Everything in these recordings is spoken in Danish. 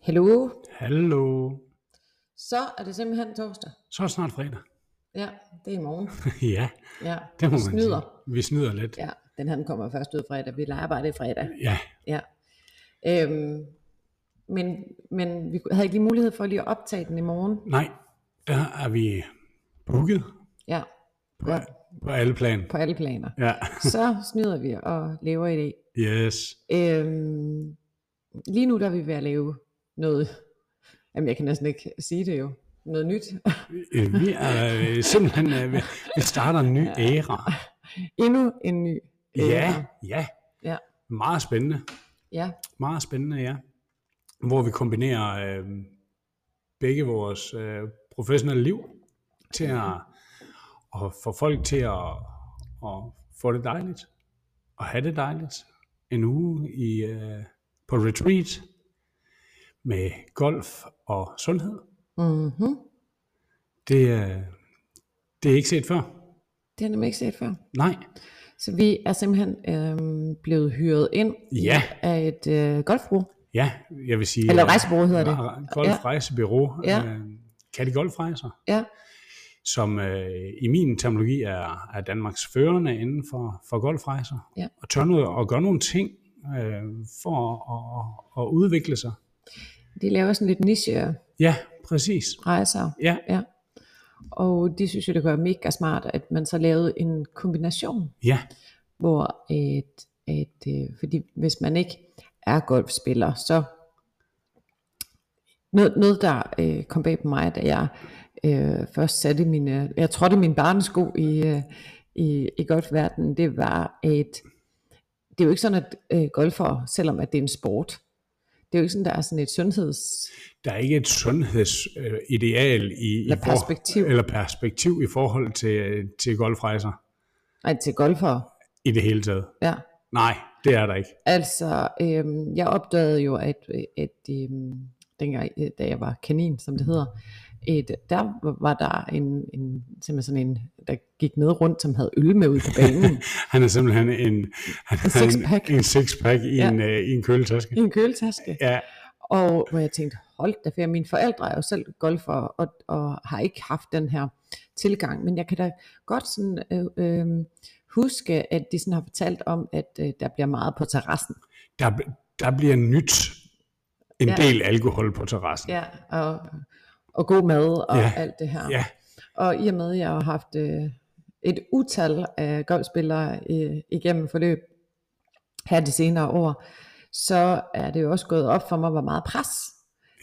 Hello. Hallo. Så er det simpelthen torsdag. Så er det snart fredag. Ja, det er i morgen. ja, Ja, det må vi man snyder. sige. Vi snyder lidt. Ja. Ja, den her den kommer først ud fredag. Vi leger bare det fredag. ja. Ja. Øhm, men, men vi havde ikke lige mulighed for lige at optage den i morgen. Nej, der er vi booket Ja, på, ja ja. på alle plan. på alle planer. Ja, Så snyder vi og lever i det. yes. Øhm, lige nu der er vi ved at lave noget, jamen jeg kan næsten ikke sige det jo, noget nyt. Øh, Vi er øh, simpelthen, øh, vi- vi starter en ny æra. Endnu en ny. Ja, ja. Ja. Meget spændende. Ja, Meget spændende, ja. Hvor vi kombinerer øh, begge vores øh, professionelle liv til at, at få folk til at, at få det dejligt. Og have det dejligt. En uge i, øh, på retreat med golf og sundhed. mm-hmm. Det, øh, det er ikke set før. det har jeg nemlig ikke set før. Nej. Så vi er simpelthen øhm, blevet hyret ind Ja. af et øh, golfbro. Ja, jeg vil sige... øh, Eller rejsebureau hedder det. Golfrejsebureau. Ja. Øh, Katte Golfrejser. Ja, som øh, i min terminologi er, er Danmarks førende inden for, for golfrejser, Ja. og tør noget, og gøre nogle ting øh, for at, at, at udvikle sig. de laver sådan lidt niche øh, Ja, præcis. rejser. Ja, Ja. Og de synes jo, det kunne være mega smart, at man så lavede en kombination, ja, hvor et, et øh, fordi hvis man ikke er golfspiller, så noget, noget der øh, kom bag på mig, da jeg øh, først satte mine, jeg trådte mine barnesko i, øh, i, i golfverdenen, det var et, det er jo ikke sådan, at øh, golfere, selvom at det er en sport, det er jo ikke sådan, der er sådan et sundheds... der er ikke et sundhedsideal i, Eller i perspektiv. For, eller perspektiv i forhold til, til golfrejser Nej, til golfere. i det hele taget. Ja. Nej, det er der ikke. Altså, øhm, jeg opdagede jo, at, øh, at øhm, dengang, øh, da jeg var kanin, som det hedder, et, der var- var der en, en, simpelthen sådan en, der gik med rundt, som havde øl med ud på banen Han er simpelthen en, han er sixpack. en, en sixpack i, Ja. ja. en, øh, i en køletaske. i en køletaske. Ja, Og hvor jeg tænkte, hold da for mine forældre er jo selv golfere og, og har ikke haft den her tilgang. Men jeg kan da godt sådan, øh, øh, huske, at de sådan har fortalt om, at øh, der bliver meget på terrassen. der, der bliver nyt en Ja. ja. del alkohol på terrassen. Ja, og, og god mad og ja. Ja. alt det her. Ja, Og i og med, at jeg har haft øh, et utal af golfspillere øh, igennem forløb her de senere år, så er det jo også gået op for mig, hvor meget pres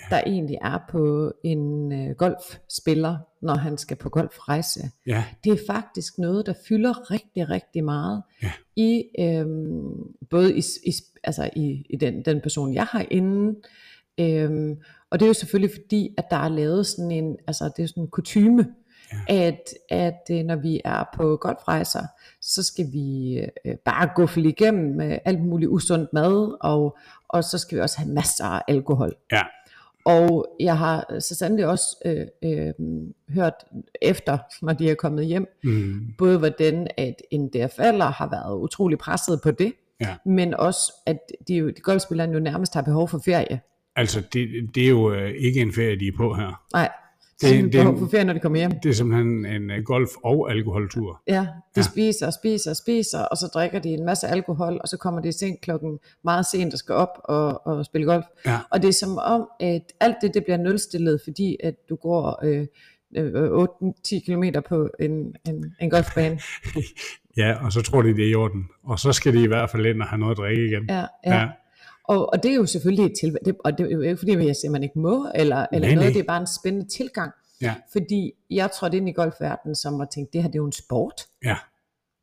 der egentlig er på en øh, golfspiller, når han skal på golfrejse. ja, Det er faktisk noget, der fylder rigtig, rigtig meget Ja. i øhm, både i, s- i, s- altså i, i den, den person, jeg har inden. Øhm, og det er jo selvfølgelig fordi, at der er lavet sådan en, altså det er sådan en kutyme, ja. at, at øh, når vi er på golfrejser, så skal vi øh, bare gå igennem øh, alt muligt usundt mad, og, og så skal vi også have masser af alkohol. ja, Og jeg har så sandelig også øh, øh, hørt efter, når de er kommet hjem, mm, både hvordan at en DFL'er har været utrolig presset på det, ja. men også at de, jo- de golfspillerne jo nærmest har behov for ferie. Altså, det, det er jo øh, ikke en ferie, de er på her. Nej, de Det- har det- behov for ferie, når de kommer hjem. Det er simpelthen en øh, golf- og alkoholtur. Ja, de ja. spiser og spiser og spiser, og så drikker de en masse alkohol, og så kommer de sent klokken meget sent og skal op og, og spille golf. Ja. Og det er som om, at alt det, det bliver nulstillet, fordi at du går øh, øh, 8-10 km på en, en, en golfbane. Ja, og så tror de, det er i orden. Og så skal de i hvert fald ind og have noget at drikke igen. Ja, ja. ja. Ja. Og, og det er jo selvfølgelig et tilvalg, det, og det er jo ikke fordi, jeg siger, at man ikke må, eller, eller noget, Nej, nej. det er bare en spændende tilgang. Ja. Fordi jeg trådte ind i golfverdenen, som var tænkt, det her det er jo en sport. ja, Altså,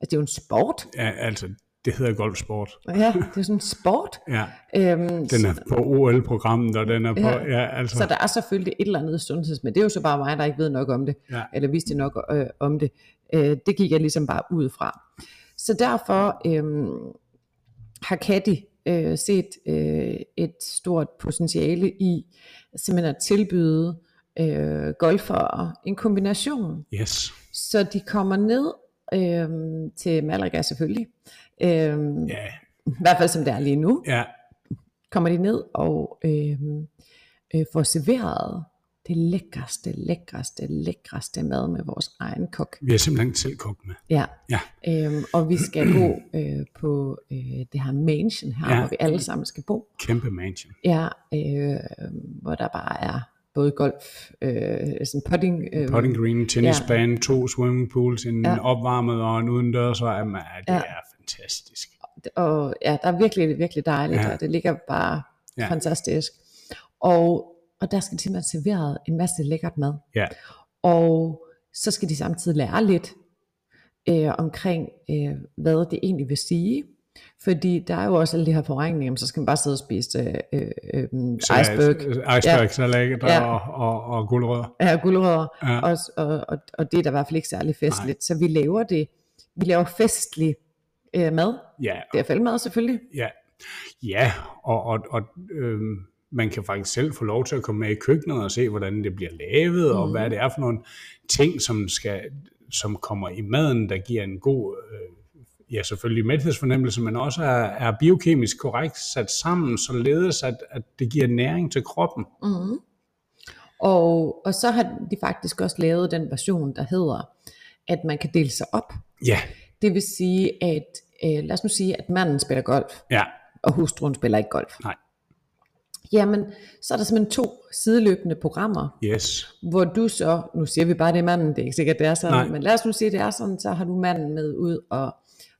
det er jo en sport. ja altså, det hedder golfsport. Ja, det er jo sådan en sport. Ja, Øhm, den er på OL-programmet, og den er på... Ja. Ja, ja altså, Så der er selvfølgelig et eller andet sundheds, men det er jo så bare mig, der ikke ved nok om det, Ja. eller vidste nok øh, om det. Øh, det gik jeg ligesom bare ud fra. Så derfor øh, har Katty øh, set øh, et stort potentiale i simpelthen at tilbyde øh, golfere en kombination. yes. Så de kommer ned øh, til Malaga selvfølgelig, øh, Ja, i hvert fald som det er lige nu, ja, kommer de ned, og øh, øh, får serveret det lækreste, lækreste, lækreste mad med vores egen kok. Vi er simpelthen selv kogt med. Ja. Ja. Øhm, og vi skal bo øh, på øh, det her mansion her, Ja. ja. hvor vi alle sammen skal bo. Kæmpe mansion. Ja, øh, hvor der bare er både golf, øh, sådan putting, øh, Potting green, tennisbane, to swimmingpools, en Ja. opvarmet og en udendørs, og jamen, ja, det Ja. er fantastisk. og ja, der er virkelig, virkelig dejligt, Ja. ja. og det ligger bare Ja. ja. fantastisk. Og, og der skal de simpelthen serveret en masse lækkert mad. Ja, Og så skal de samtidig lære lidt øh, omkring, øh, hvad det egentlig vil sige. Fordi der er jo også alle de her forregninger, om så skal man bare sidde og spise øh, øh, øh, iceberg, Iceberg, salat Ja. og, og, og guldrødder. ja, guldrødder, Ja. ja. Og, og, og, og det er da i hvert fald ikke særlig festligt. Så vi laver det, vi laver festlig øh, mad. Ja, Det er fældmad selvfølgelig. ja. ja og, og, og øhm, man kan faktisk selv få lov til at komme med i køkkenet og se, hvordan det bliver lavet, mm. og hvad det er for nogle ting, som, skal, som kommer i maden, der giver en god, øh, ja selvfølgelig mæthedsfornemmelse, men også er, er biokemisk korrekt sat sammen, således at, at det giver næring til kroppen. Mm. Og, og så har de faktisk også lavet den version, der hedder, at man kan dele sig op. Ja, Det vil sige, at øh, lad os nu sige, at manden spiller golf, ja, og hustruen spiller ikke golf. Nej. Jamen, så er der simpelthen to sideløbende programmer, yes, hvor du så, nu siger vi bare, det er manden, det er ikke sikkert, det er sådan, Nej. Nej. men lad os nu sige, det er sådan, så har du manden med ud og,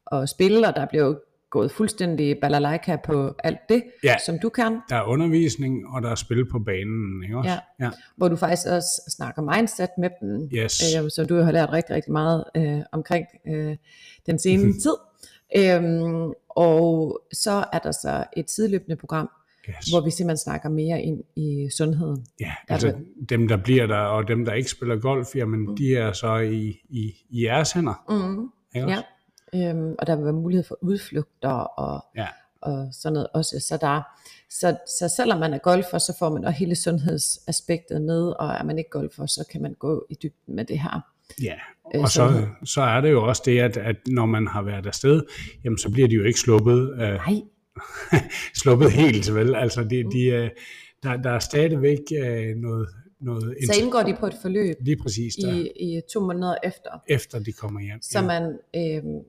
og spille, og der bliver jo gået fuldstændig balalaika på alt det, Ja. som du kan, der er undervisning, og der er spil på banen, ikke også? Ja. ja. hvor du faktisk også snakker mindset med dem, Yes. øh, som du har lært rigtig, rigtig meget øh, omkring øh, den Mhm. senere tid. Øhm, og så er der så et sideløbende program, Yes. hvor vi simpelthen snakker mere ind i sundheden. Ja, Er altså dem, der bliver der, og dem, der ikke spiller golf, jamen mm. de er så i, i, i jeres hænder. Mm, Ikke ja. også? Øhm, og der vil være mulighed for udflugter og, ja. og sådan noget også. Så, der, så, så selvom man er golfer, så får man også hele sundhedsaspektet med, og er man ikke golfer, så kan man gå i dybden med det her. Ja, Øh, og så, så er det jo også det, at, at når man har været afsted, jamen så bliver de jo ikke sluppet, øh, Nej, sluppet helt, vel? Altså de, de, øh, der, der er stadigvæk øh, noget, noget så inter- indgår de på et forløb lige præcis der, I, i, i to måneder efter, efter de kommer hjem. så ja. man øhm,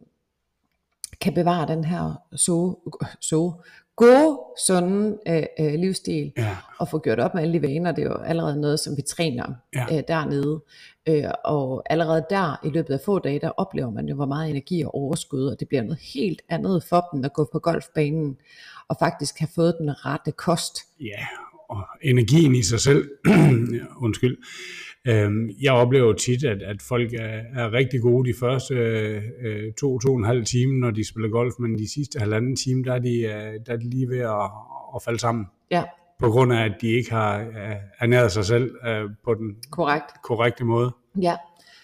kan bevare den her så, så gode, sunde øh, øh, livsstil, ja, og få gjort op med alle de vaner, det er jo allerede noget, som vi træner Ja. ja. øh, dernede. Øh, og allerede der, i løbet af få dage, der oplever man jo, hvor meget energi og overskud, og det bliver noget helt andet for dem at gå på golfbanen, og faktisk have fået den rette kost. Ja, og energien i sig selv. Undskyld. Øhm, jeg oplever jo tit, at, at folk er, er rigtig gode de første øh, øh, to, to og en halv time, når de spiller golf, men de sidste halvanden time, der er de, øh, der er de lige ved at, at falde sammen, Ja, på grund af, at de ikke har øh, ernæret sig selv øh, på den korrekt. korrekte måde. Ja.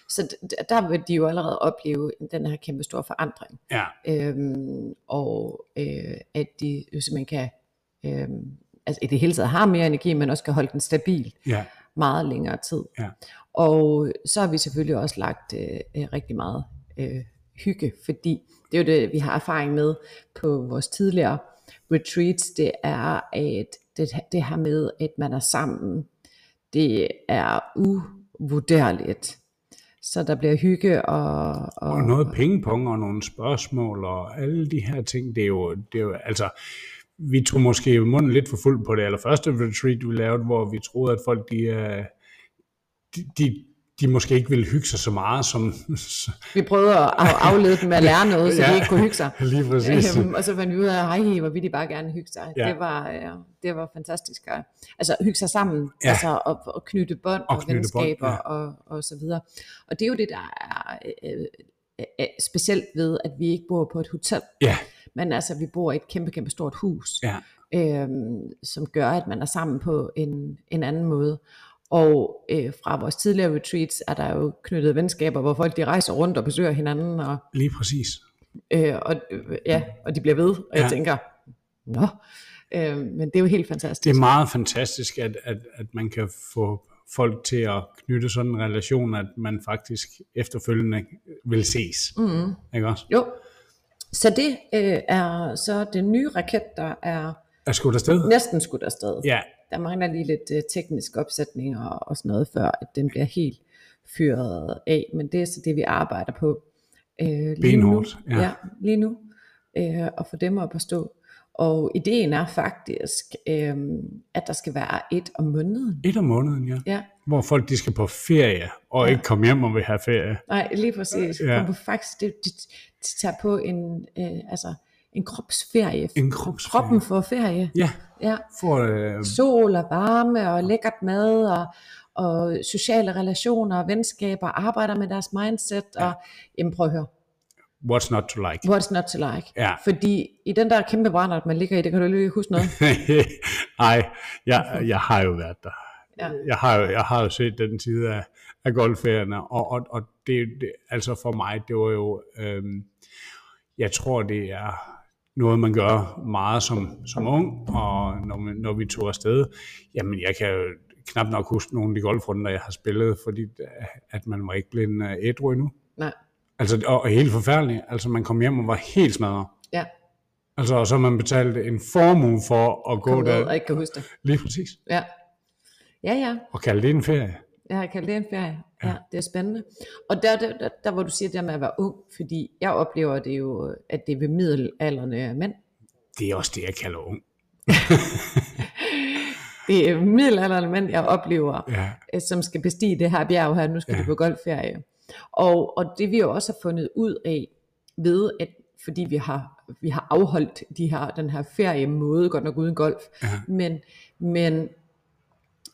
Så d- der vil de jo allerede opleve den her kæmpe store forandring. Ja, øhm, og øh, at de jo simpelthen kan, øhm, altså i det hele taget har mere energi, men også kan holde den stabil ja, meget længere tid. Ja. Og så har vi selvfølgelig også lagt øh, øh, rigtig meget øh, hygge, fordi det er jo det, vi har erfaring med på vores tidligere retreats, det er at det, det her med, at man er sammen, det er uvurderligt. Så der bliver hygge og... og noget pingpong og nogle spørgsmål og alle de her ting, det er jo, det er jo altså, vi tog måske munden lidt for fuld på det allerførste retreat, vi lavede, hvor vi troede, at folk, de, øh, de, de, de måske ikke ville hygge sig så meget som... Vi prøvede at af- aflede dem med at lære noget, så Ja. de ikke kunne hygge sig. Lige præcis. Øhm, og så fandt vi ud af, at hej, hvor vil de bare gerne hygge sig. Ja. Ja. Det, var, øh, det var fantastisk. At, altså hygge sig sammen, Ja. ja. altså, og, og knytte bånd og, og knytte knytte bånd, venskaber ja. bånd, ja. og, og så videre. Og det er jo det, der er øh, øh, øh, specielt ved, at vi ikke bor på et hotel, Ja, men altså vi bor i et kæmpe, kæmpe stort hus, ja, øhm, som gør, at man er sammen på en, en anden måde. Og øh, fra vores tidligere retreats er der jo knyttet venskaber, hvor folk de rejser rundt og besøger hinanden, og, lige præcis. øh, og, øh, ja, og de bliver ved, og jeg Ja. tænker, nå, øh, men det er jo helt fantastisk. Det er meget fantastisk, at, at, at man kan få folk til at knytte sådan en relation, at man faktisk efterfølgende vil ses. Mm. Ikke også? Jo, så det øh, er så den nye raket, der er Er skudt afsted? næsten skudt afsted. Ja, der mangler lige lidt øh, teknisk opsætning og, og sådan noget, før at den bliver helt fyret af. Men det er så det, vi arbejder på øh, lige nu. Benhårdt, ja. Ja. ja, lige nu. Øh, og få dem op at stå. Og ideen er faktisk, øh, at der skal være et om måneden. Et om måneden, ja. Ja, Hvor folk de skal på ferie, og ja. ikke komme hjem og vil have ferie. Nej, lige præcis. Ja. Ja. På faktisk, det, de, de tager på en, øh, altså, en kropsferie. En kropsferie. Kroppen får ferie. Ja, Ja. for øh, Sol og varme og lækkert mad og, og sociale relationer og venskaber. Arbejder med deres mindset. Ja. Og, jamen prøv at høre. what's not to like. What's not to like? Ja. Fordi i den der kæmpe brændert, man ligger i, det kan du lige huske noget. Nej, jeg, jeg har jo været der. Ja. Jeg, har jo, jeg har jo set den side af, af golfferierne, og, og, og det, det, altså for mig, det var jo, øhm, jeg tror, det er noget, man gør meget som, som ung, og når, man, når vi tog afsted, jamen jeg kan jo knap nok huske nogle af de golfrunder, jeg har spillet, fordi øh, at man var ikke blevet øh, ædru endnu. Nej. Altså, og, og helt forfærdeligt. Altså, man kom hjem og var helt smadret. Ja. Altså, og så har man betalt en formue for at gå Kom ned der. og ikke kan huske det. Lige præcis. Ja. Ja, ja. Og kalde det en ferie. Jeg har kaldt det en ferie. Ja, ja det er spændende. Og der, der, der, der, hvor du siger det der med at være ung, fordi jeg oplever det jo, at det er ved middelalderne mænd. Det er også det, jeg kalder ung. Det er middelalderne mænd, jeg oplever, Ja. øh, som skal bestige det her bjerg her, nu skal ja. de på golfferie. Og, og det vi jo også har fundet ud af, ved at, fordi vi har, vi har afholdt de her, den her feriemåde, godt nok uden golf, ja. men, men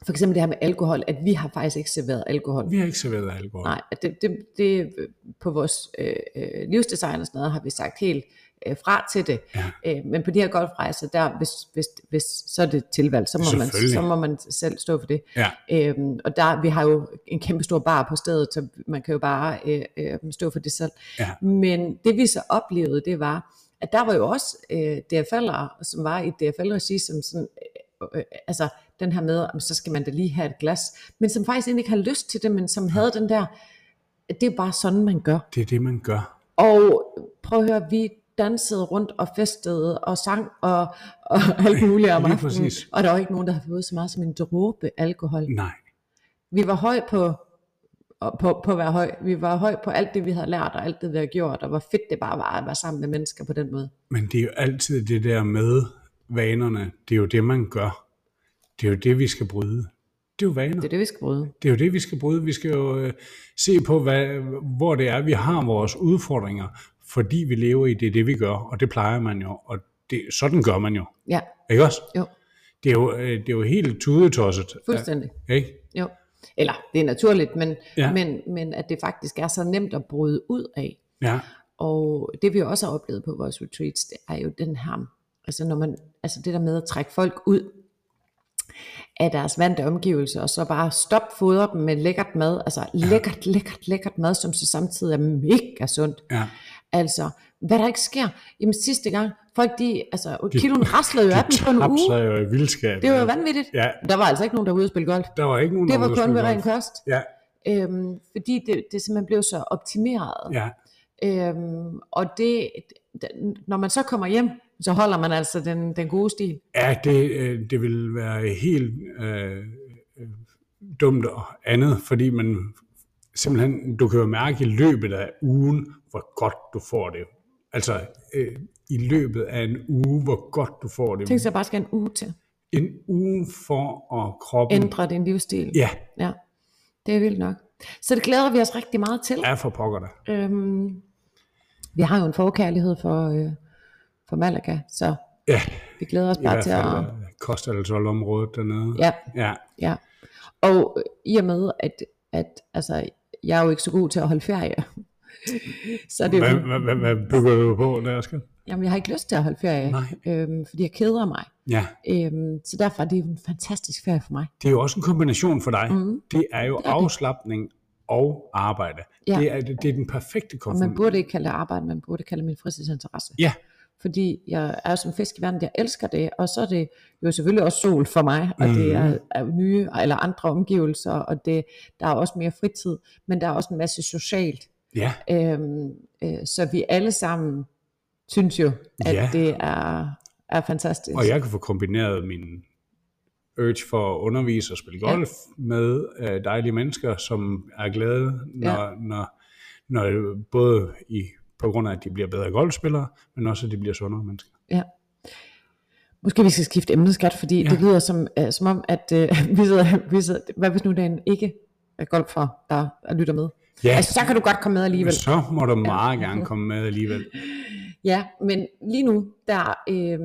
for eksempel det her med alkohol, at vi har faktisk ikke serveret alkohol. Vi har ikke serveret alkohol. Nej, at det, det, det på vores øh, øh, livsdesign og sådan noget, har vi sagt helt øh, fra til det. Ja. Øh, men på de her golfrejser, der, hvis, hvis, hvis så er det tilvalg, så må, man, Selvfølgelig. så må man selv stå for det. Ja. Øhm, og der, vi har jo en kæmpe stor bar på stedet, så man kan jo bare øh, øh, stå for det selv. Ja. Men det vi så oplevede, det var, at der var jo også øh, DFL'ere, som var i DFL-regi, som sådan, øh, øh, altså den her med, om så skal man da lige have et glas, men som faktisk egentlig ikke har lyst til det, men som havde den der, at det er bare sådan, man gør. Det er det, man gør. Og prøv at høre, vi dansede rundt og festede og sang og, og alt muligt om Lige aftenen. præcis. Og der var ikke nogen, der havde fået så meget som en dråbe alkohol. Nej. Vi var høj på, og på, på at være høj. Vi var høj på alt det, vi havde lært og alt det, vi havde gjort, og hvor fedt det bare var at være sammen med mennesker på den måde. Men det er jo altid det der med vanerne. Det er jo det, man gør. Det er jo det, vi skal bryde. Det er jo vaner. Det er det, vi skal bryde. Det er jo det, vi skal bryde. Vi skal jo øh, se på, hvad, hvor det er, vi har vores udfordringer, fordi vi lever i det, er det vi gør, og det plejer man jo, og det, sådan gør man jo. Ja, Ikke også? jo, Det er jo, øh, det er jo helt tudetosset. fuldstændig. Ja, ikke? Jo. Eller, det er naturligt, men, Ja. ja. men, men at det faktisk er så nemt at bryde ud af. Ja, Og det vi også har oplevet på vores retreats, det er jo den her, altså, når man, altså det der med at trække folk ud af deres vante omgivelser, og så bare stop fodre dem med lækkert mad, altså lækkert, lækkert, lækkert mad, som så samtidig er mega sundt. ja. Altså, hvad der ikke sker. Jamen sidste gang, folk de, altså de, kiloen raslede jo af dem på en Tabt sig uge. jo i vildskab. altså. Det var jo vanvittigt. Ja. Der var altså ikke nogen, der var ude og spille golf. Der var ikke nogen, Det der var kun ved skulle ren gøre kost. Ja, Øhm, fordi det, det simpelthen blev så optimeret. ja. Øhm, og det, d- når man så kommer hjem, så holder man altså den, den gode stil. Ja, det, øh, det vil være helt øh, øh, dumt og andet, fordi man simpelthen, du kan jo mærke i løbet af ugen, hvor godt du får det. Altså øh, i løbet af en uge, hvor godt du får det. Tænk så bare skal en uge til. En uge for at kroppen... Ændre din livsstil. Ja, ja. Det er vildt nok. Så det glæder vi os rigtig meget til. er for pokker dig. Øhm, vi har jo en forkærlighed for, øh, for Malaga, så Ja, vi glæder os i bare hvert til at... fald øh, koster altså området dernede. Ja, ja. ja. Og øh, i og med, at, at altså, jeg er jo ikke så god til at holde ferie, så er det Hvad, jo, hvad, hvad, hvad bygger du på, der skal? jamen, jeg har ikke lyst til at holde ferie, Nej. øhm, fordi jeg keder mig. Ja. Øhm, så derfor er det jo en fantastisk ferie for mig. det er jo også en kombination for dig. Mm. Det er jo er det. afslappning og arbejde. Ja. Ja. Det, er, det er den Og perfekte man kombination. burde ikke kalde det arbejde, man burde kalde det min fritidsinteresse. Ja, Fordi jeg er som fisk i vandet, jeg elsker det, og så er det jo selvfølgelig også sol for mig, og det Mhm. er, er nye eller andre omgivelser, og det, der er også mere fritid, men der er også en masse socialt. ja, Øhm, øh, så vi alle sammen synes jo, at Ja. ja. det er, er fantastisk. og jeg kan få kombineret min urge for at undervise og spille golf ja. med øh, dejlige mennesker, som er glade, når, ja. når, når både i, på grund af, at de bliver bedre golfspillere, men også, at de bliver sundere mennesker. Ja. Måske vi skal skifte emneskat, fordi ja. det lyder som, øh, som om, at øh, vi, sidder, vi sidder, hvad hvis nu der er en ikke golfer, der lytter med? Ja. Altså, så kan du godt komme med alligevel. Så må du meget ja. gerne komme med alligevel. Ja, men lige nu, der, øh,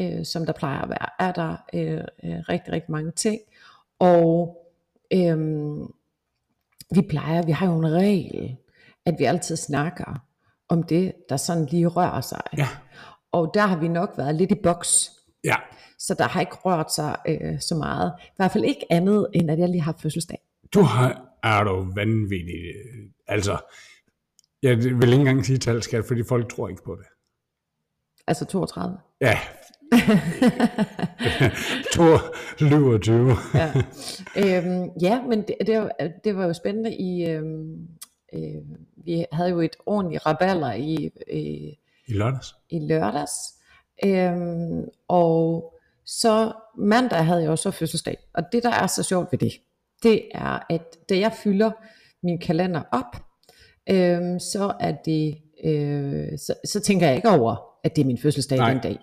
øh, som der plejer at være, er der øh, øh, rigtig, rigtig mange ting. Og øh, vi plejer, vi har jo en regel, at vi altid snakker om det, der sådan lige rører sig. Ja. Og der har vi nok været lidt i boks. Ja. Så der har ikke rørt sig øh, så meget. I hvert fald ikke andet, end at jeg lige har fødselsdag. Du har, er du vanvittig. Altså, jeg vil ikke engang sige talskat, fordi folk tror ikke på det. Altså 32? Ja. 22. ja. Øhm, ja, men det, det, var, det var jo spændende. I, øhm, øh, vi havde jo et ordentligt raballer i, øh, i lørdags. I lørdags. Øhm, og så mandag havde jeg jo så fødselsdag. Og det, der er så sjovt ved det, det er, at da jeg fylder min kalender op, øhm, så er det, øh, så, så tænker jeg ikke over, at det er min fødselsdag Nej. den dag.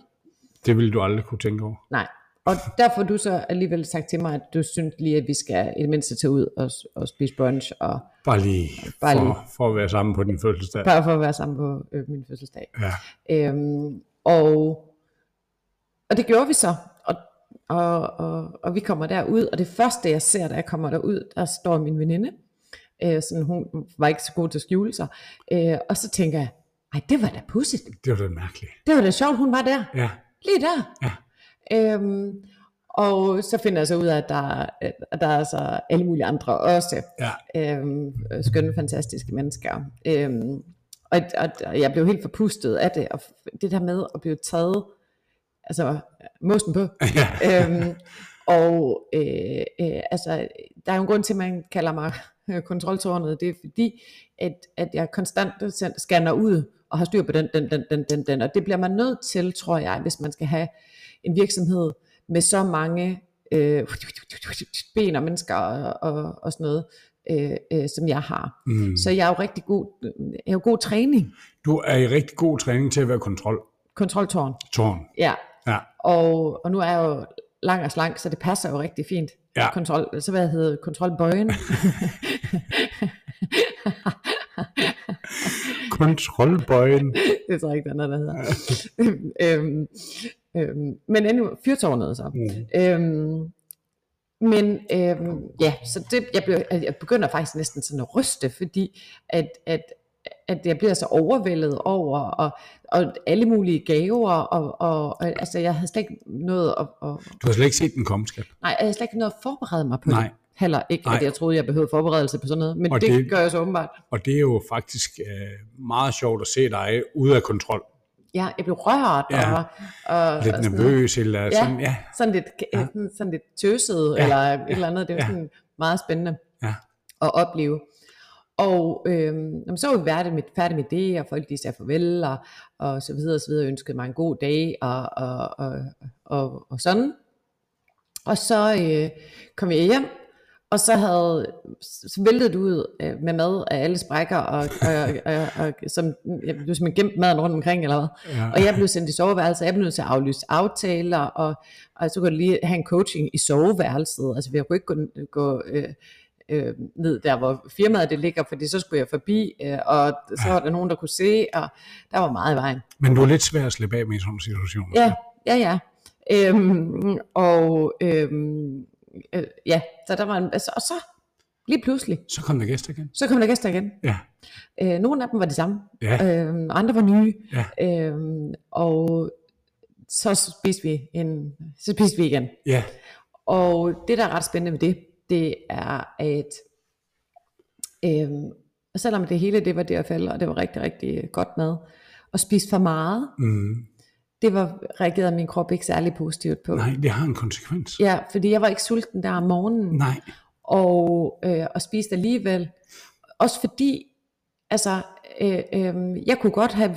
Det ville du aldrig kunne tænke over. Nej. Og derfor har du så alligevel sagt til mig, at du synes lige, at vi skal i det mindste tage ud og, og spise brunch, og Bare lige, Bare Bare lige. lige. For, for at være sammen på din fødselsdag. bare for at være sammen på øh, min fødselsdag. Ja. Øhm, og, og det gjorde vi så. Og, og, og, og vi kommer derud, og det første jeg ser, da jeg kommer derud, der står min veninde. Øh, sådan, hun var ikke så god til at skjule sig. Øh, og så tænker jeg, ej, det var da pudsigt. Det var da mærkeligt. Det var da sjovt, hun var der. Ja. Lige der. Ja. Øhm, og så finder jeg så ud af, at der, at der er så alle mulige andre også. Ja. Øhm, skønne, fantastiske mennesker. Øhm, og, og, og jeg blev helt forpustet af det. Og f- det der med at blive taget, altså mosten på. ja. øhm, og øh, øh, altså, der er jo en grund til, at man kalder mig øh, kontroltårnet. Det er fordi, at, at jeg konstant sen- scanner ud og har styr på den, den, den, den, den, den. Og det bliver man nødt til, tror jeg, hvis man skal have en virksomhed med så mange øh, ben og mennesker og, og, og sådan noget, øh, øh, som jeg har. Mm. Så jeg er jo rigtig god, jeg er jo god træning, Du er i rigtig god træning til at være kontroltårn. kontroltårn. Ja, Ja. og, og nu er jeg jo lang og slank, så det passer jo rigtig fint. Ja. Kontrol, så hvad hedder det? kontrolbøjen? Kontrolbøjen. det tror jeg ikke, der er noget, der hedder. øhm, øhm, men endnu, fyrtårnet så. Mm. Øhm, men øhm, ja, så det, jeg, bliver, jeg begynder faktisk næsten sådan at ryste, fordi at, at, at jeg bliver så overvældet over, og, og alle mulige gaver, og, og, og altså, jeg havde slet ikke noget at, at, Du har slet ikke set den komme, skat. Nej, jeg havde slet ikke noget at forberede mig på Nej. det. Heller ikke, Nej. at jeg troede, jeg behøvede forberedelse på sådan noget. Men Og det, det det- gør jeg så åbenbart. Og det er jo faktisk øh, meget sjovt at se dig ude af kontrol. Ja, jeg blev rørt Ja. og, og, Lidt og sådan, noget. nervøs eller Ja. sådan. Ja. sådan lidt, ja. sådan lidt tøset ja. Ja. eller et eller andet. Det var ja. Ja. sådan meget spændende Ja. at opleve. Og øhm, jamen, så var vi færdige med, færdige med det, og folk de sagde farvel, og, og så videre og så videre, ønskede mig en god dag, og, og, og, og, og sådan. Og så øh, kom jeg hjem, og så havde så væltede du ud øh, med mad af alle sprækker, og, og, og, og, og som, jeg blev simpelthen gemt maden rundt omkring, eller hvad? Ja. Og jeg blev sendt i soveværelset, og jeg blev nødt til at aflyse aftaler, og, og så kunne jeg lige have en coaching i soveværelset. Altså jeg kunne ikke gå, gå øh, øh, ned der, hvor firmaet det ligger, fordi så skulle jeg forbi, øh, og så var der nogen, der kunne se, og der var meget i vejen. Men du er lidt svær at slippe af med i sådan en situation. Ja, ja, ja. Øhm, og øhm, øh, ja, så der var en, altså, og så lige pludselig, Så kom der gæster igen. så kom der gæster igen. Ja. Øh, nogle af dem var de samme, Ja. øhm, andre var nye. Ja. Øhm, og så spiste vi, en, så spiste vi igen. Ja. Og det, der er ret spændende ved det, det er, at øhm, selvom det hele det var DFL, og det var rigtig, rigtig godt mad, og spiste for meget, Mm. det var, reagerede min krop ikke særlig positivt på. Nej, det har en konsekvens. Ja, fordi jeg var ikke sulten der om morgenen, Nej. og, øh, og spiste alligevel. Også fordi, altså, øh, øh, jeg kunne godt have,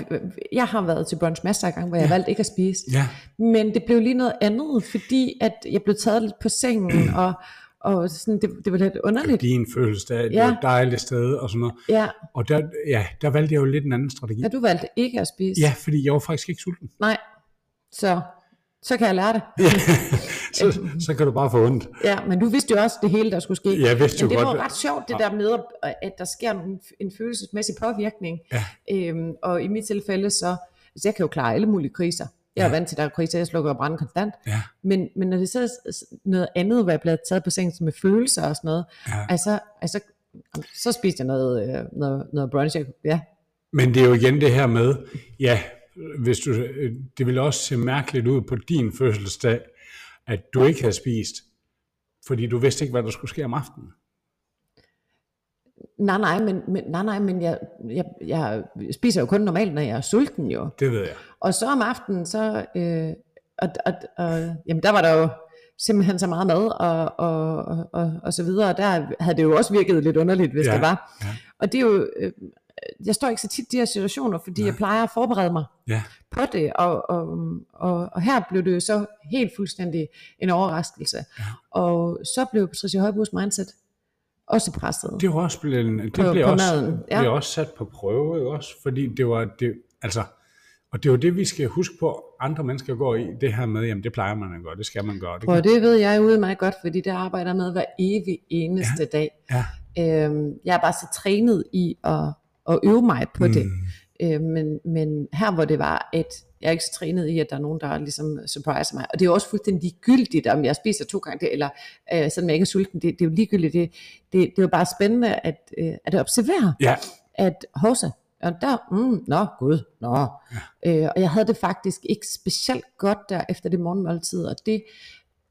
jeg har været til brunch masser af gange, hvor jeg ja. valgte ikke at spise, Ja, men det blev lige noget andet, fordi at jeg blev taget lidt på sengen, og, og sådan, det, det var lidt det er underligt. din følelse, det er det Ja. er et dejligt sted og sådan noget. Ja, Og der, ja, der valgte jeg jo lidt en anden strategi. ja, du valgte ikke at spise. Ja, fordi jeg var faktisk ikke sulten. Nej, så, så kan jeg lære det. Så, så kan du bare få ondt. Ja, men du vidste jo også det hele, der skulle ske. Jeg vidste jo Men det godt, Ah. var ret sjovt, det der med, at- at der sker en, en følelsesmæssig påvirkning. Ja. Øhm, og i mit tilfælde, så, så jeg kan jo klare alle mulige kriser. Jeg er Ja. ja. vant til, at der er kriser, jeg slukker og brænder konstant. Ja. Men, men når det så er s- noget andet, hvor jeg bliver taget på sengen med følelser og sådan noget, Ja. altså, altså, så spiste jeg noget, øh, noget, noget brunch. jeg- Ja, Men det er jo igen det her med, ja, hvis du, øh, det ville også se mærkeligt ud på din fødselsdag, at du ikke havde spist, fordi du vidste ikke, hvad der skulle ske om aftenen. nej, nej, men, men, nej, nej, men jeg, jeg, jeg spiser jo kun normalt, når jeg er sulten jo. Det ved jeg. Og så om aftenen, så, øh, og, og, og, jamen der var der jo simpelthen så meget mad og, og, og, og, og så videre, og der havde det jo også virket lidt underligt, hvis Ja, ja, det var. ja. Og det er jo, øh, jeg står ikke så tit i de her situationer, fordi ja. jeg plejer at forberede mig Ja, på det, og, og, og, og her blev det jo så helt fuldstændig en overraskelse. Ja. Og så blev Patricia Højbos mindset også presset. det var også blevet, en- det På- blev, på også, maden, ja. blev også sat på prøve, ikke også, fordi det var, det, altså, og det er jo det, vi skal huske på, andre mennesker går i, det her med, jamen det plejer man at gøre, det skal man gøre. Det Og kan, det ved jeg ude meget godt, fordi det arbejder jeg med hver evig eneste ja. dag. ja, Øhm, jeg er bare så trænet i at, at øve mig på mm. det. Mm. Øh, men, men her hvor det var, at jeg er ikke så trænet i, at der er nogen, der ligesom surpriser mig. Og det er jo også fuldstændig ligegyldigt, om jeg spiser to gange det, eller øh, sådan, jeg ikke er sulten. Det, det er jo ligegyldigt. Det, det, det er jo bare spændende at, øh, at observere, ja, at hovsa, og der, mm, nå, gud, nå. Ja. Øh, og jeg havde det faktisk ikke specielt godt der efter det morgenmåltid, og det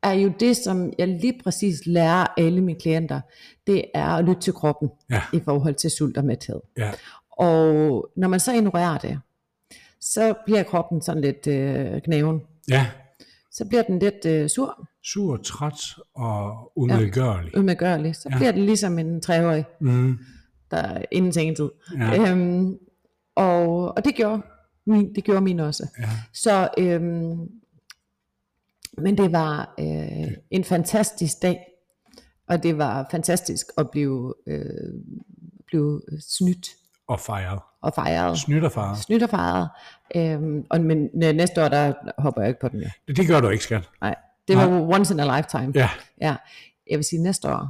er jo det, som jeg lige præcis lærer alle mine klienter, det er at lytte til kroppen Ja. i forhold til sult og mæthed. ja, Og når man så ignorerer det, så bliver kroppen sådan lidt øh, knæven. ja, Så bliver den lidt øh, sur, sur, træt og umiddelgørlig. umedgørlig. Så Ja. ja. bliver den ligesom en treårig, Mm. der inden sengetid. Ja. Øhm, og, og det gjorde min, det gjorde min også. Ja. Så, øhm, men det var øh, en fantastisk dag, og det var fantastisk at blive, øh, blive snydt Og fejret. og fejret. Snydt og fejret. Snydt og fejret. Øhm, og, men øh, næste år, der hopper jeg ikke på den mere. Det, det gør du ikke, skat. Nej, det var once in a lifetime. Ja, ja. Jeg vil sige, næste år,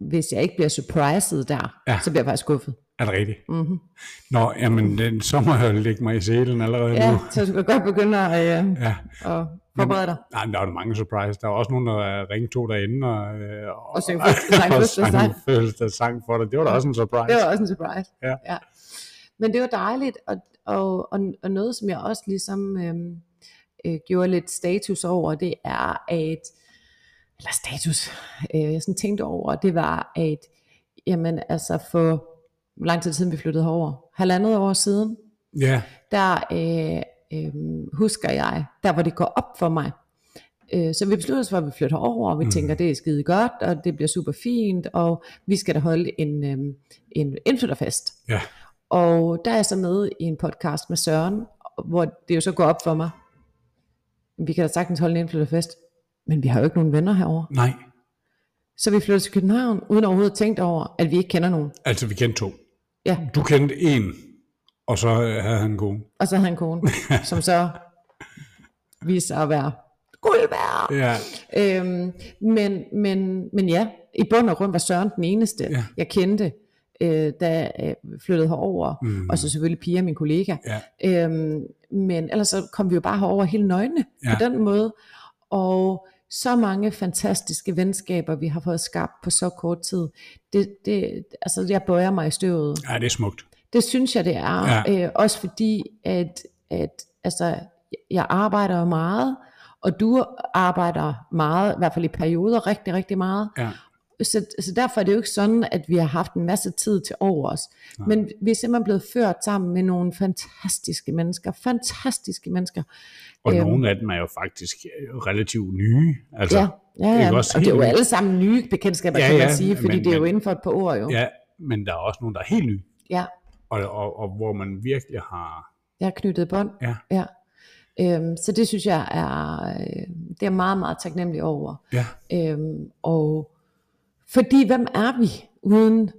hvis jeg ikke bliver surprised der, Ja. ja. så bliver jeg faktisk skuffet. er det rigtigt? Mm-hmm. Nå, jamen, den, så må jeg jo lægge mig i selen allerede Ja, nu. så du skal godt begynde at, øh, Ja. at forberede dig. Nej, men der er jo mange surprise. Der er også nogen, der øh, ringte to derinde og, øh, Og synge fødselsdags- og fødselsdags- sang fødselsdagssang for dig. Det var da også en surprise. Det var også en surprise. Ja. ja. Men det var dejligt, og, og, og, og noget, som jeg også ligesom øhm, øh, gjorde lidt status over, det er, at, eller status, øh, jeg sådan tænkte over, det var, at, jamen altså for, hvor lang tid siden vi flyttede herover, halvandet år siden, Ja, der øh, øh, husker jeg, der hvor det går op for mig. Øh, så vi beslutter os for, at vi flytter over, og vi Mm. mm. tænker, det er skide godt, og det bliver super fint, og vi skal da holde en, øh, en indflytterfest. ja, Og der er jeg så med i en podcast med Søren, hvor det jo så går op for mig. Vi kan da sagtens holde en indflytterfest, men vi har jo ikke nogen venner herover. nej. Så vi flytter til København, uden overhovedet at tænke over, at vi ikke kender nogen. Altså, vi kendte to. Ja, Du kendte en, og så øh, havde han en kone. og så havde han en kone, som så viste sig at være guld værd. Ja, Øhm, men, men, men ja, i bund og grund var Søren den eneste, Ja. ja. jeg kendte, øh, da jeg flyttede herover. Mhm. Mm. Og så selvfølgelig Pia, min kollega. ja, Øhm, men ellers så kom vi jo bare herover helt nøgne Ja. ja. på den måde. Og så mange fantastiske venskaber, vi har fået skabt på så kort tid. Det, det, altså, jeg bøjer mig i støvet. ja, det er smukt. Det synes jeg, det er. Ja. Øh, også fordi, at, at altså, jeg arbejder jo meget, og du arbejder meget, i hvert fald i perioder, rigtig, rigtig meget. Ja, Så, så derfor er det jo ikke sådan, at vi har haft en masse tid til over os. Nej. Men vi er simpelthen blevet ført sammen med nogle fantastiske mennesker. Fantastiske mennesker. og Øhm. nogle af dem er jo faktisk øh, relativt nye. Altså, ja, ja, det ja. kan Og også det er helt jo vildt. alle sammen nye bekendtskaber, Ja, kan man ja, sige, fordi men- det er jo men- inden for et par år jo. ja, men der er også nogen, der er helt nye. ja. og, og, og hvor man virkelig har... Jeg har knyttet bånd. Ja. ja. Øhm, så det synes jeg er, øh, det er jeg meget, meget taknemmelig over. Ja, Øhm, og fordi, hvem er vi uden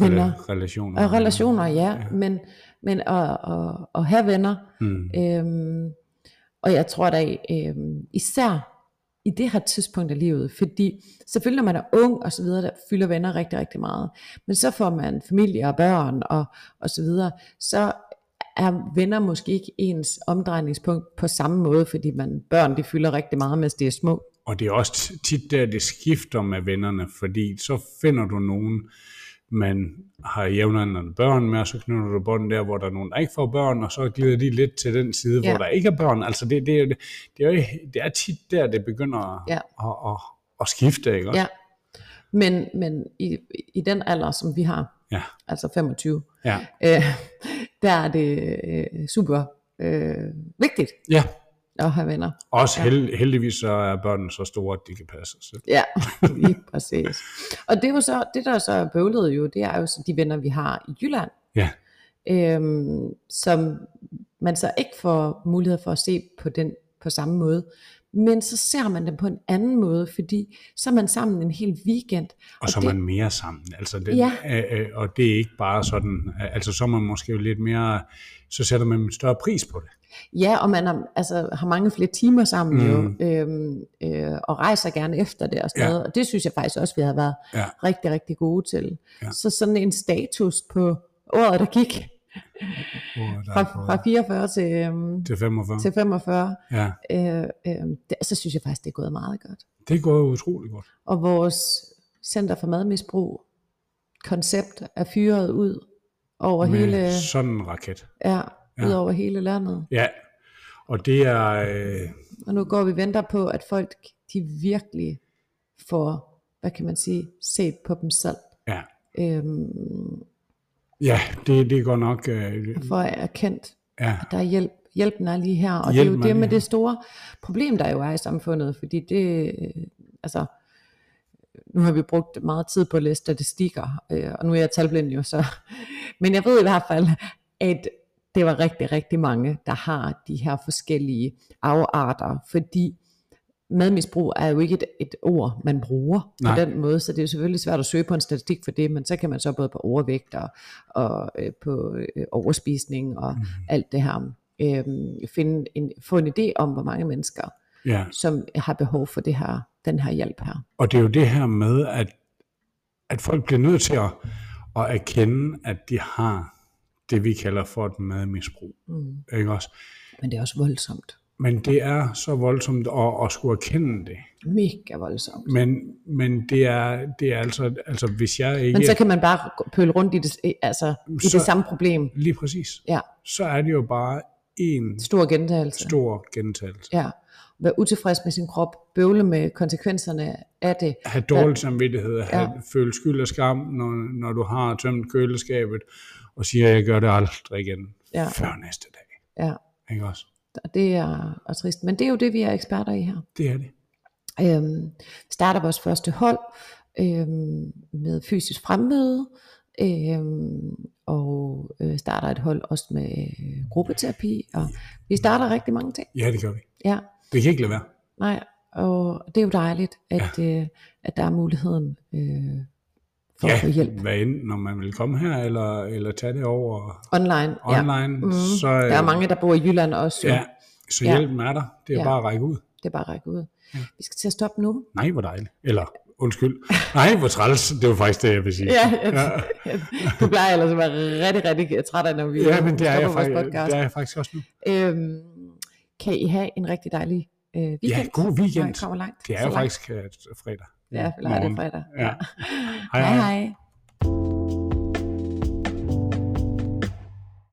venner? rela- relationer. Og relationer, ja, ja. men, men at, at, at have venner. Mm. Øhm, og jeg tror da øhm, især i det her tidspunkt af livet, fordi selvfølgelig når man er ung og så videre, der fylder venner rigtig, rigtig meget. Men så får man familie og børn og, og så videre, så er venner måske ikke ens omdrejningspunkt på samme måde, fordi man børn de fylder rigtig meget, mens de er små. Og det er også t- tit der, det skifter med vennerne, fordi så finder du nogen, man har jævnaldrende børn med, og så knytter du bånd der, hvor der er nogen, der ikke får børn, og så glider de lidt til den side, ja. Ja. hvor der ikke er børn. Altså det, det, er- det, det, er, jo- det er tit der, det begynder Ja. at, at, at skifte, ikke også? Ja. Men, men i, i den alder, som vi har, Ja. altså 25, Ja. øh, der er det øh, super øh, vigtigt ja. at have venner. Også held, heldigvis så er børnene så store, at de kan passe sig selv. Ja, lige præcis. Og det, er jo så, det der så er bøvlet jo, det er jo så de venner, vi har i Jylland, Ja. øhm, som man så ikke får mulighed for at se på den på samme måde. Men så ser man dem på en anden måde, fordi så er man sammen en hel weekend. Og så er det, man mere sammen. Altså det, Ja. øh, øh, og det er ikke bare sådan, øh, altså så er man måske jo lidt mere, så sætter man en større pris på det. Ja, og man har, altså, har mange flere timer sammen mm. jo, øhm, øh, og rejser gerne efter det og sådan Ja. ja. noget. Og det synes jeg faktisk også, vi har været Ja. rigtig, rigtig gode til. Ja. Ja. Så sådan en status på året, der gik Hvor der fra, er både- fra 44 til, øhm, Til 45? til 45, Ja, øh, øh, det, så synes jeg faktisk, det er gået meget godt. det går jo utrolig godt. Og vores Center for Madmisbrug koncept er fyret ud over, Med hele, sådan en raket. ja, ja. ud over hele landet. Ja, og det er... Øh, Og nu går vi og venter på, at folk de virkelig får, hvad kan man sige, set på dem selv. ja, Øhm, ja det, det går nok... Øh, for at erkendt, ja, at der er hjælp. Hjælpen er lige her. Og Hjælpen det er er jo lige det med her. det store problem, der jo er i samfundet. Fordi det, øh, altså, nu har vi brugt meget tid på at læse statistikker, øh, og nu er jeg talblind jo så. Men jeg ved i hvert fald, at det var rigtig, rigtig mange, der har de her forskellige afarter, fordi madmisbrug er jo ikke et, et ord, man bruger Nej. på den måde, så det er jo selvfølgelig svært at søge på en statistik for det, men så kan man så både på overvægt og, og øh, på øh, overspisning Mhm. og mm. alt det her, øh, finde en, få en idé om, hvor mange mennesker, ja. som har behov for det her, den her hjælp her. Og det er jo det her med, at, at folk bliver nødt til at, at erkende, at de har det, vi kalder for et madmisbrug. Mm. Ikke også? Men det er også voldsomt. Men det er så voldsomt at, at skulle erkende det. Mega voldsomt. Men, men det, er, det er altså, altså, hvis jeg ikke... Men så kan man bare gå- pøle rundt i det, altså, i Så- det samme problem. Lige præcis. Ja, Så er det jo bare en stor gentagelse. stor gentagelse. Ja. Være utilfreds med sin krop, bøvle med konsekvenserne af det. have dårlig samvittighed, have, Ja. føle skyld og skam, når, når du har tømt køleskabet, og siger, at jeg gør det aldrig igen, Ja. før næste dag. Ja, Ikke også? og det er og trist. Men det er jo det, vi er eksperter i her. Det er det. Øhm, starter vores første hold øhm, med fysisk fremmøde, øhm, og øh, starter et hold også med øh, gruppeterapi. Og vi starter rigtig mange ting. Ja, det gør vi. Ja. Det kan ikke lade være. Nej, og det er jo dejligt, at, ja. øh, at der er muligheden øh, for ja. at få hjælp hvad end, når man vil komme her, eller, eller tage det over online. ja. online, ja. Mm. så, Der er mange, der bor i Jylland også. jo. ja, så Ja. hjælpen er der. Det er ja. Ja. bare at række ud. Det er bare at række ud. Ja. Vi skal til at stoppe nu. Nej, hvor dejligt. Eller, undskyld. Nej, hvor træls. Det var faktisk det, jeg vil sige. ja. du plejer ellers at være rigtig, rigtig træt af, når vi ja men det er, jeg stopper vores faktisk, podcast. det er jeg faktisk også nu. Øhm, kan I have en rigtig dejlig øh, weekend, Ja, god når I weekend. kommer langt. Det er Så jo langt. faktisk øh, fredag. Ja, eller er det Morgen. fredag? Ja. Hej, hej.